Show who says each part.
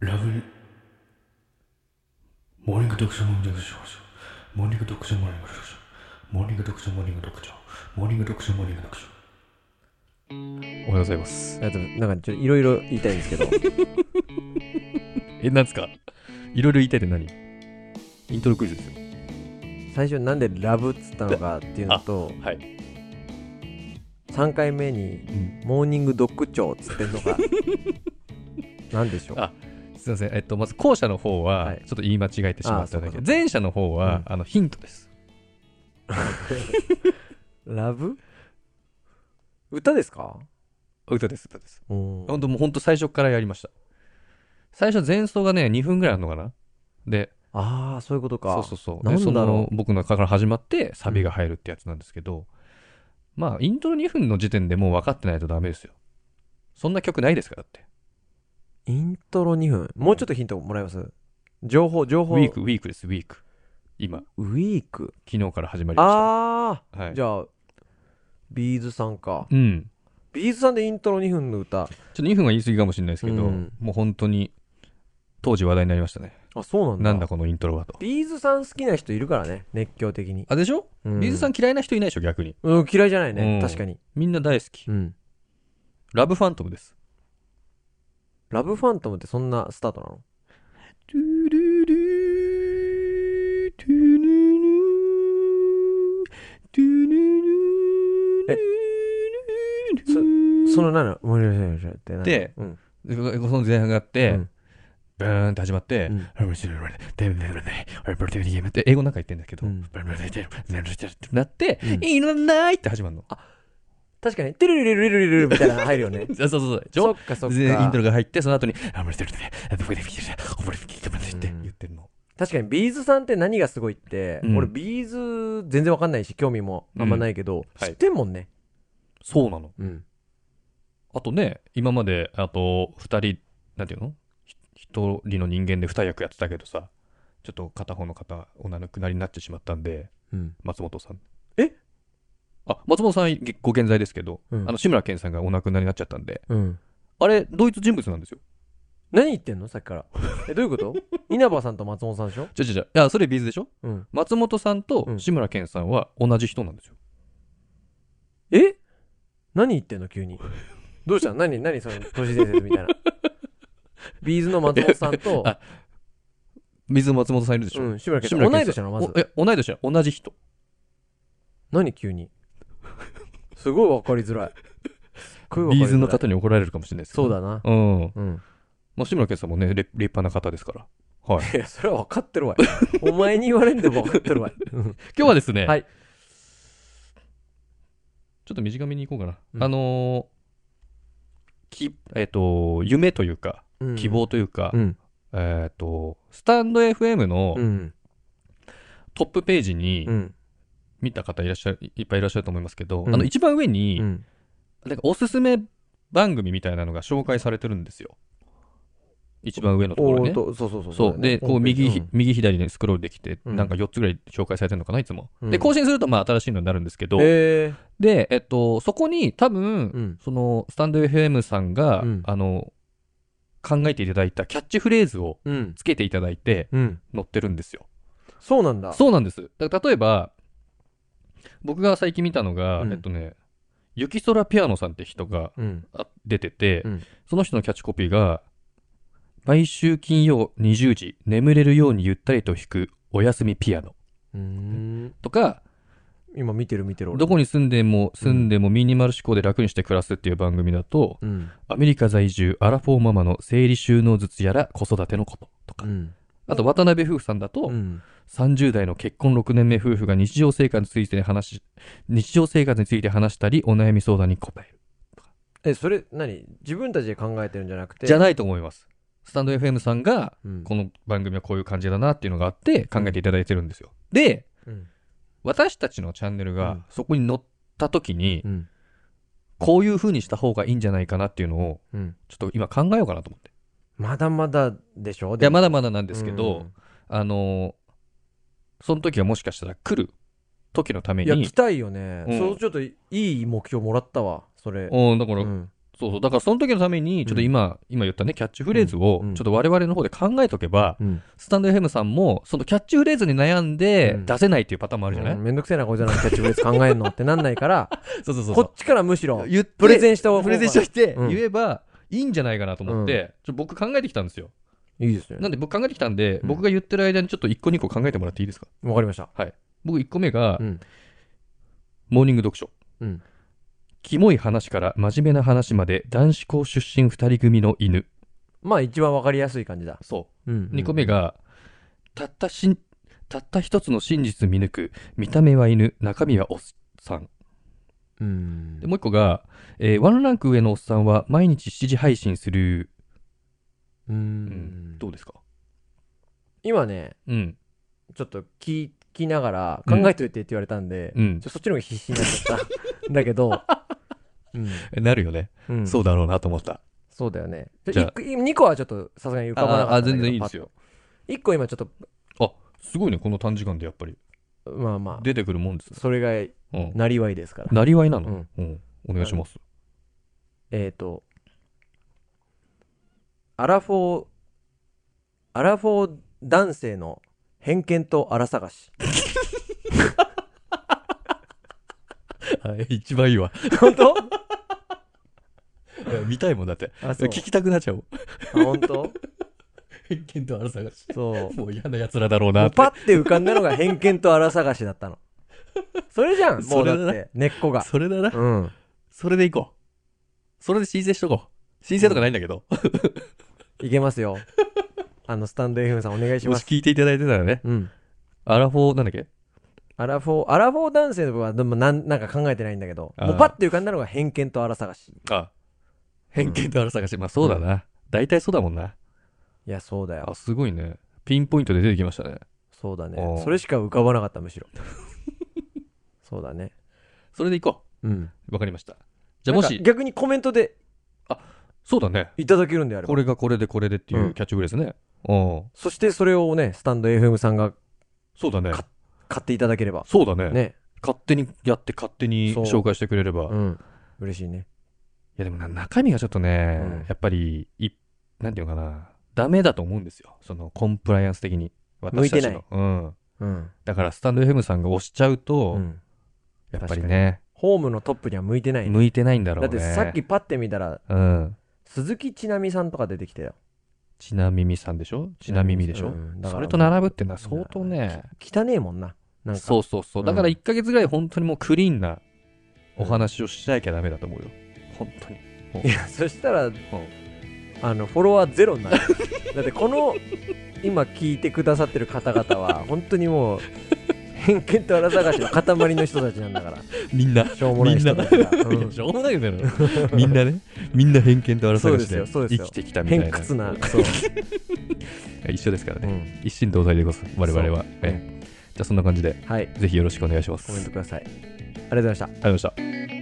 Speaker 1: ラブリモーニング読書モーニング読書モーニング読書モーニング読書モーニング読書モーニング読書モーニング読書モーニング読書おはようございます
Speaker 2: あとなんかちょっといろいろ言いたいんですけ ど
Speaker 1: えなんですかいろいろ言いたいって何イントロクイズですよ
Speaker 2: 最初なんでラブっつったのかっていうのと
Speaker 1: はい
Speaker 2: 3回目に
Speaker 1: うん
Speaker 2: モーニングドッグ長っつってんのが なんでしょう
Speaker 1: あすいませんえっとまず後者の方は
Speaker 2: は
Speaker 1: ち
Speaker 2: い
Speaker 1: ょっと言い間違えてしまったんだ
Speaker 2: あ
Speaker 1: け
Speaker 2: そ
Speaker 1: ど
Speaker 2: うか
Speaker 1: 前者の方
Speaker 2: う
Speaker 1: は
Speaker 2: ん
Speaker 1: あのヒントです
Speaker 2: ラブ歌ですか
Speaker 1: 歌です歌です
Speaker 2: うん
Speaker 1: 本当もう本当最初からやりました最初前奏がね2分ぐらいあるのかなで
Speaker 2: ああそういうことか
Speaker 1: そうそうそう
Speaker 2: なん
Speaker 1: で
Speaker 2: だろ
Speaker 1: そうの僕の中から始まってサビが入るってやつなんですけど、まあイントロ2分の時点でもう分かってないとダメですよそんな曲ないですからだって
Speaker 2: イントロ2分もうちょっとヒントもらえます情報情報
Speaker 1: ウィークウィークですウィーク今
Speaker 2: ウィーク
Speaker 1: 昨日から始まりま
Speaker 2: あ
Speaker 1: したは
Speaker 2: あ
Speaker 1: い
Speaker 2: じゃあビーズさんか
Speaker 1: うん
Speaker 2: ビーズさんでイントロ2分の歌
Speaker 1: ちょっと2分は言い過ぎかもしれないですけど、
Speaker 2: うん
Speaker 1: もう本当に当時話題になりましたね
Speaker 2: あそうなんだ
Speaker 1: なんだこのイントロはと
Speaker 2: ビーズさん好きな人いるからね熱狂的に
Speaker 1: あでしょ、
Speaker 2: うん
Speaker 1: ビーズさん嫌いな人いないでしょ逆に
Speaker 2: うん、嫌いじゃないね、
Speaker 1: うん
Speaker 2: 確かに。
Speaker 1: みんな大好き
Speaker 2: うん。
Speaker 1: ラブファントムです
Speaker 2: ラブファントムってそんなスタートなの
Speaker 1: トゥルルートゥルルートゥルルー
Speaker 2: え
Speaker 1: トゥルルー
Speaker 2: そのなの、もうよしよしよしってなる
Speaker 1: で
Speaker 2: うん。
Speaker 1: その前半があって、
Speaker 2: うん
Speaker 1: ブーンって始まって、
Speaker 2: うん
Speaker 1: って英語なんか言ってんだけど、
Speaker 2: うん
Speaker 1: ってなって、
Speaker 2: うん
Speaker 1: いらないって始まるの。。
Speaker 2: 確かに、てるるるるるるるみたいなの入るよね
Speaker 1: そうそうそう。
Speaker 2: そっかそっ
Speaker 1: でイント
Speaker 2: か。
Speaker 1: ロが入って、その後に、あ、もう一人で、あ、どこで見てるこれ見てるって言ってるの。
Speaker 2: 確かに、ビーズさんって何がすごいって、
Speaker 1: うん
Speaker 2: 俺、ビーズ全然わかんないし、興味もあんまないけど、
Speaker 1: はい
Speaker 2: 知ってんもんね。
Speaker 1: そうなの。
Speaker 2: うん。
Speaker 1: あとね、今まで、あと、二人、なんていうのひ一人の人間で二役やってたけどさ、ちょっと片方の方、お亡くなりになってしまったんで、
Speaker 2: うん。
Speaker 1: 松本さん。
Speaker 2: え
Speaker 1: あ、松本さんげご健在ですけど、
Speaker 2: うん
Speaker 1: あの、志村けんさんがお亡くなりになっちゃったんで、
Speaker 2: うん。
Speaker 1: あれ、同一人物なんですよ。
Speaker 2: 何言ってんのさっきから。え、どういうこと稲葉さんと松本さんでしょ
Speaker 1: じゃじゃじゃ、いや、それビーズでしょ
Speaker 2: うん。
Speaker 1: 松本さんと
Speaker 2: うん
Speaker 1: 志村けんさんは同じ人なんですよ。
Speaker 2: え何言ってんの急に。どうしたの何何その都市伝説みたいな。ビーズの松本さんと
Speaker 1: あ、水松本さんいるでしょ、
Speaker 2: うん、志村けんさ
Speaker 1: 志
Speaker 2: ん。
Speaker 1: 村けんさん
Speaker 2: 同い年なの、まず
Speaker 1: お。え、同い年じゃん同じ人。
Speaker 2: 何急に。すごいわかりづらい。すっごいわか
Speaker 1: ビ
Speaker 2: りづ
Speaker 1: ー
Speaker 2: らい。
Speaker 1: ズの方に怒られるかもしれないですけど
Speaker 2: そうだな。
Speaker 1: うん。
Speaker 2: うん。
Speaker 1: まあ、志村けんさんもね、れ立派な方ですから。 はい。
Speaker 2: いや、それは分かってるわい。お前に言われんでも分かってるわい。うん
Speaker 1: 今日はですね、
Speaker 2: はい
Speaker 1: ちょっと短めにいこうかな。
Speaker 2: うん
Speaker 1: あのーき、えっ、と、夢 というか、
Speaker 2: うん
Speaker 1: 希。望というか、
Speaker 2: うん。
Speaker 1: えっ、と、スタンド FM の
Speaker 2: うん。
Speaker 1: トップページに
Speaker 2: うん。
Speaker 1: 見た方いらっしゃる、いっぱいいらっしゃると思いますけど、
Speaker 2: うん
Speaker 1: あの、一番上
Speaker 2: う
Speaker 1: に、
Speaker 2: ん。
Speaker 1: なんかおすすめ番組みたいなのが紹介されてるんですよ。一番上のとこ
Speaker 2: お
Speaker 1: ろ
Speaker 2: ー
Speaker 1: ね
Speaker 2: っ。と、そうそうそう。
Speaker 1: そう。で、こう右ひ、右左にスクロールできて、
Speaker 2: うん
Speaker 1: なんか4つぐらい紹介されてるのかな、いつも。
Speaker 2: うん
Speaker 1: で、更新すると、まあ、新しいのになるんですけど、
Speaker 2: え
Speaker 1: で、えっと、そこに多分、
Speaker 2: うん
Speaker 1: その、スタンド FM さんが、
Speaker 2: うん
Speaker 1: あの、考えていただいたキャッチフレーズを
Speaker 2: うん。
Speaker 1: つけていただいて
Speaker 2: うん。
Speaker 1: 載ってるんですよ。
Speaker 2: そうなんだ。
Speaker 1: そうなんです。だから例えば、僕が最近見たのが、
Speaker 2: うん
Speaker 1: えっとね、雪空ピアノさんって人が
Speaker 2: うん。
Speaker 1: あ出てて、
Speaker 2: うん
Speaker 1: その人のキャッチコピーが、毎週金曜20時、眠れるようにゆったりと弾くおやすみピアノ
Speaker 2: うーん。
Speaker 1: とか、
Speaker 2: 今見てる見てる。俺
Speaker 1: どこに住んでも、住んでもミニマル思考で楽にして暮らすっていう番組だと、
Speaker 2: うん。
Speaker 1: アメリカ在住アラフォーママの生理収納術やら子育てのこととか、
Speaker 2: うん。
Speaker 1: あと渡辺夫婦さんだと、
Speaker 2: うん。
Speaker 1: 30代の結婚6年目夫婦が日常生活について話し、日常生活について話したり、お悩み相談に答える。
Speaker 2: え、それ、何自分たちで考えてるんじゃなくて。
Speaker 1: じゃないと思います。スタンド FM さんが、
Speaker 2: うん。
Speaker 1: この番組はこういう感じだなっていうのがあって、考えていただいてるんですよ。で、
Speaker 2: うん。
Speaker 1: 私たちのチャンネル
Speaker 2: う
Speaker 1: が
Speaker 2: ん
Speaker 1: そこに載った時に、
Speaker 2: うん。
Speaker 1: こういう風にした方がいいんじゃないかなっていうのを、
Speaker 2: うん。
Speaker 1: ちょっと今考えようかなと思って。
Speaker 2: まだまだでしょ
Speaker 1: いや、ま
Speaker 2: だ
Speaker 1: だまだなんですけど、あのーその時はもしかしたら来る時のため
Speaker 2: いや、来
Speaker 1: に、
Speaker 2: たいよね。
Speaker 1: うん
Speaker 2: そう、ちょっといい目標もらったわ、それ。
Speaker 1: おーだから、
Speaker 2: うん
Speaker 1: そうそう。だからその時のために、ちょっと今、今言ったね、キャッチフレーズを
Speaker 2: うんう、ん
Speaker 1: ちょっと我々の方で考えとけば、
Speaker 2: うん。
Speaker 1: スタンド FM さんも、そのキャッチフレーズに悩んで
Speaker 2: うん
Speaker 1: 出せないっていうパターンもあ
Speaker 2: あ
Speaker 1: るじゃない、
Speaker 2: めんどくせえな、こいつらのキャッチフレーズ考えんのってなんないから、
Speaker 1: そう そうそう
Speaker 2: こっちからむしろ、
Speaker 1: 言って
Speaker 2: プレゼンした
Speaker 1: プレゼンしといて、
Speaker 2: うん
Speaker 1: 言えば、いいんじゃないかなと思って、ちょっと僕考えてきたんですよ。
Speaker 2: いいですね。
Speaker 1: なんで僕考えてきたんで、
Speaker 2: うん
Speaker 1: 僕が言ってる間にちょっと1個2個考えてもらっていいですか
Speaker 2: わかりました。
Speaker 1: 僕1個目が、
Speaker 2: うん。
Speaker 1: モーニング読書。
Speaker 2: うん。
Speaker 1: キモい話から真面目な話まで男子校出身2人組の犬。
Speaker 2: まあ一番わかりやすい感じだ。
Speaker 1: そ
Speaker 2: うん
Speaker 1: う。2個目。が、たったしん、たった一つの真実見抜く、見た目は犬、中身はおっさん。
Speaker 2: うん
Speaker 1: で、。もう一個が、えーワンランク上のおっさんは毎日7時配信する。う
Speaker 2: う
Speaker 1: ん
Speaker 2: ん。
Speaker 1: どうですか
Speaker 2: 今ね、
Speaker 1: うん。
Speaker 2: ちょっと聞きながら
Speaker 1: う
Speaker 2: 考
Speaker 1: ん
Speaker 2: えといてって言われたんで、
Speaker 1: うん
Speaker 2: ちょそっちの方が必死になっちゃった。だ けど、うん。
Speaker 1: なるよね。
Speaker 2: うん、
Speaker 1: そうだろうなと思った。
Speaker 2: そうだよね。
Speaker 1: じゃあ
Speaker 2: 2個はちょっとさすがに浮かばなかったんだけ
Speaker 1: ああ
Speaker 2: ど。
Speaker 1: 全然いいですよ
Speaker 2: 1個今ちょっ
Speaker 1: すごいね、この短時間でやっぱり
Speaker 2: と、まあまあ、
Speaker 1: 出てくるもんです。
Speaker 2: それが
Speaker 1: うん。
Speaker 2: なりわいですから。
Speaker 1: なりわいな
Speaker 2: う
Speaker 1: の、
Speaker 2: ん。
Speaker 1: うん、お願いします。
Speaker 2: えっ、と、アラフォー、アラフォー男性の偏見と荒探し。
Speaker 1: はい、一番いいわ。
Speaker 2: 本当
Speaker 1: 見たいもんだって。
Speaker 2: あ、そう
Speaker 1: 聞。きたくなっちゃう。
Speaker 2: あ、本当
Speaker 1: 偏見とあら探し。
Speaker 2: そう。
Speaker 1: もう嫌な奴らだろう
Speaker 2: も
Speaker 1: な
Speaker 2: うパッて浮かんだのが偏見と荒探しだったの。それじゃん、もうだ
Speaker 1: それ
Speaker 2: っ
Speaker 1: だ
Speaker 2: て、根っこが。
Speaker 1: それだな。
Speaker 2: うん。
Speaker 1: それで行こう。それで申請しとこう。申請とかないんだけど。
Speaker 2: いけますよ。 あの、スタンド FM さんお願いし
Speaker 1: も
Speaker 2: ま
Speaker 1: し
Speaker 2: す。
Speaker 1: 聞いていただいてたらね。
Speaker 2: うん。
Speaker 1: アラフォーなんだっけ
Speaker 2: アラフォー、アラフォー男性の部分は、でもなん、なんか考えてないんだけど、
Speaker 1: あー
Speaker 2: もうパッて浮かんだのが偏見と荒探し。
Speaker 1: あ、偏見とあら探し。まあそうだな。大体そうだもんな。
Speaker 2: いや、そうだよ。
Speaker 1: あ、すごいね。ピンポイントで出てきましたね。
Speaker 2: そうだ
Speaker 1: お
Speaker 2: ね。
Speaker 1: ー
Speaker 2: それしか浮かばなかった、む しろ。そうだね。
Speaker 1: それで行こ
Speaker 2: うん。
Speaker 1: う。わかりました。じゃあ
Speaker 2: な
Speaker 1: も
Speaker 2: んか
Speaker 1: し、
Speaker 2: 逆にコメントで
Speaker 1: そうだね。
Speaker 2: いただけるんであれば。
Speaker 1: これがこれでこれでっていうキャッチフレーズね。うん。
Speaker 2: そしてそれをね、スタンド FM さんが
Speaker 1: そうだね。
Speaker 2: か買っていただければ。
Speaker 1: そうだね。
Speaker 2: ね。
Speaker 1: 勝手にやって勝手に
Speaker 2: そう
Speaker 1: 紹介してくれれば。
Speaker 2: う
Speaker 1: い
Speaker 2: ん。嬉しいね。
Speaker 1: やでもな、中身がちょっとね、
Speaker 2: うん
Speaker 1: やっぱり、い、なんていうのかな、ダメだと思うんですよ。そのコンプライアンス的に。
Speaker 2: 向い
Speaker 1: 私
Speaker 2: て
Speaker 1: た
Speaker 2: な
Speaker 1: ち
Speaker 2: い
Speaker 1: の。うん。
Speaker 2: うん。
Speaker 1: だから、スタンド FM さんが押しちゃうと、
Speaker 2: うん。
Speaker 1: やっぱりね、
Speaker 2: ホームのトップには向いてないね
Speaker 1: 向いてないんだろ
Speaker 2: だ
Speaker 1: う
Speaker 2: っ
Speaker 1: ね。
Speaker 2: てさっきパッて見たら、
Speaker 1: うん。
Speaker 2: 鈴木ちなみさんとか出てきたよ。
Speaker 1: ちなみみさんでしょちなみみでしょ、
Speaker 2: うんだから
Speaker 1: それと並ぶってのは相当ね、
Speaker 2: 汚ねえもんな。なんか。
Speaker 1: そうそうそう。だから
Speaker 2: うん
Speaker 1: 1ヶ月ぐらい本当にもうクリーンなお話をしなきゃダメだと思うよ。本当に。
Speaker 2: いや、そしたら、あの、フォロワーゼロになる。 だってこの、今聞いてくださってる方 々は、本当にもう、偏見と荒探しの塊の人たちなん だから。
Speaker 1: みんな。
Speaker 2: しょうもない人たちが。う
Speaker 1: いや
Speaker 2: ん
Speaker 1: しょうもないよね。 みんなね、みんな偏見と争いをして生
Speaker 2: そうですよそうですよ
Speaker 1: きてきたみたいな。
Speaker 2: 偏屈な。そう。
Speaker 1: 一緒ですから
Speaker 2: う
Speaker 1: ね。
Speaker 2: ん
Speaker 1: 一心同体でございます、我々は。ええじゃあそんな感じで、
Speaker 2: はい。
Speaker 1: ぜひよろしくお願いします。
Speaker 2: コ
Speaker 1: あ
Speaker 2: メ
Speaker 1: り
Speaker 2: ン
Speaker 1: がと
Speaker 2: トください。ありがとうございました。
Speaker 1: うございました。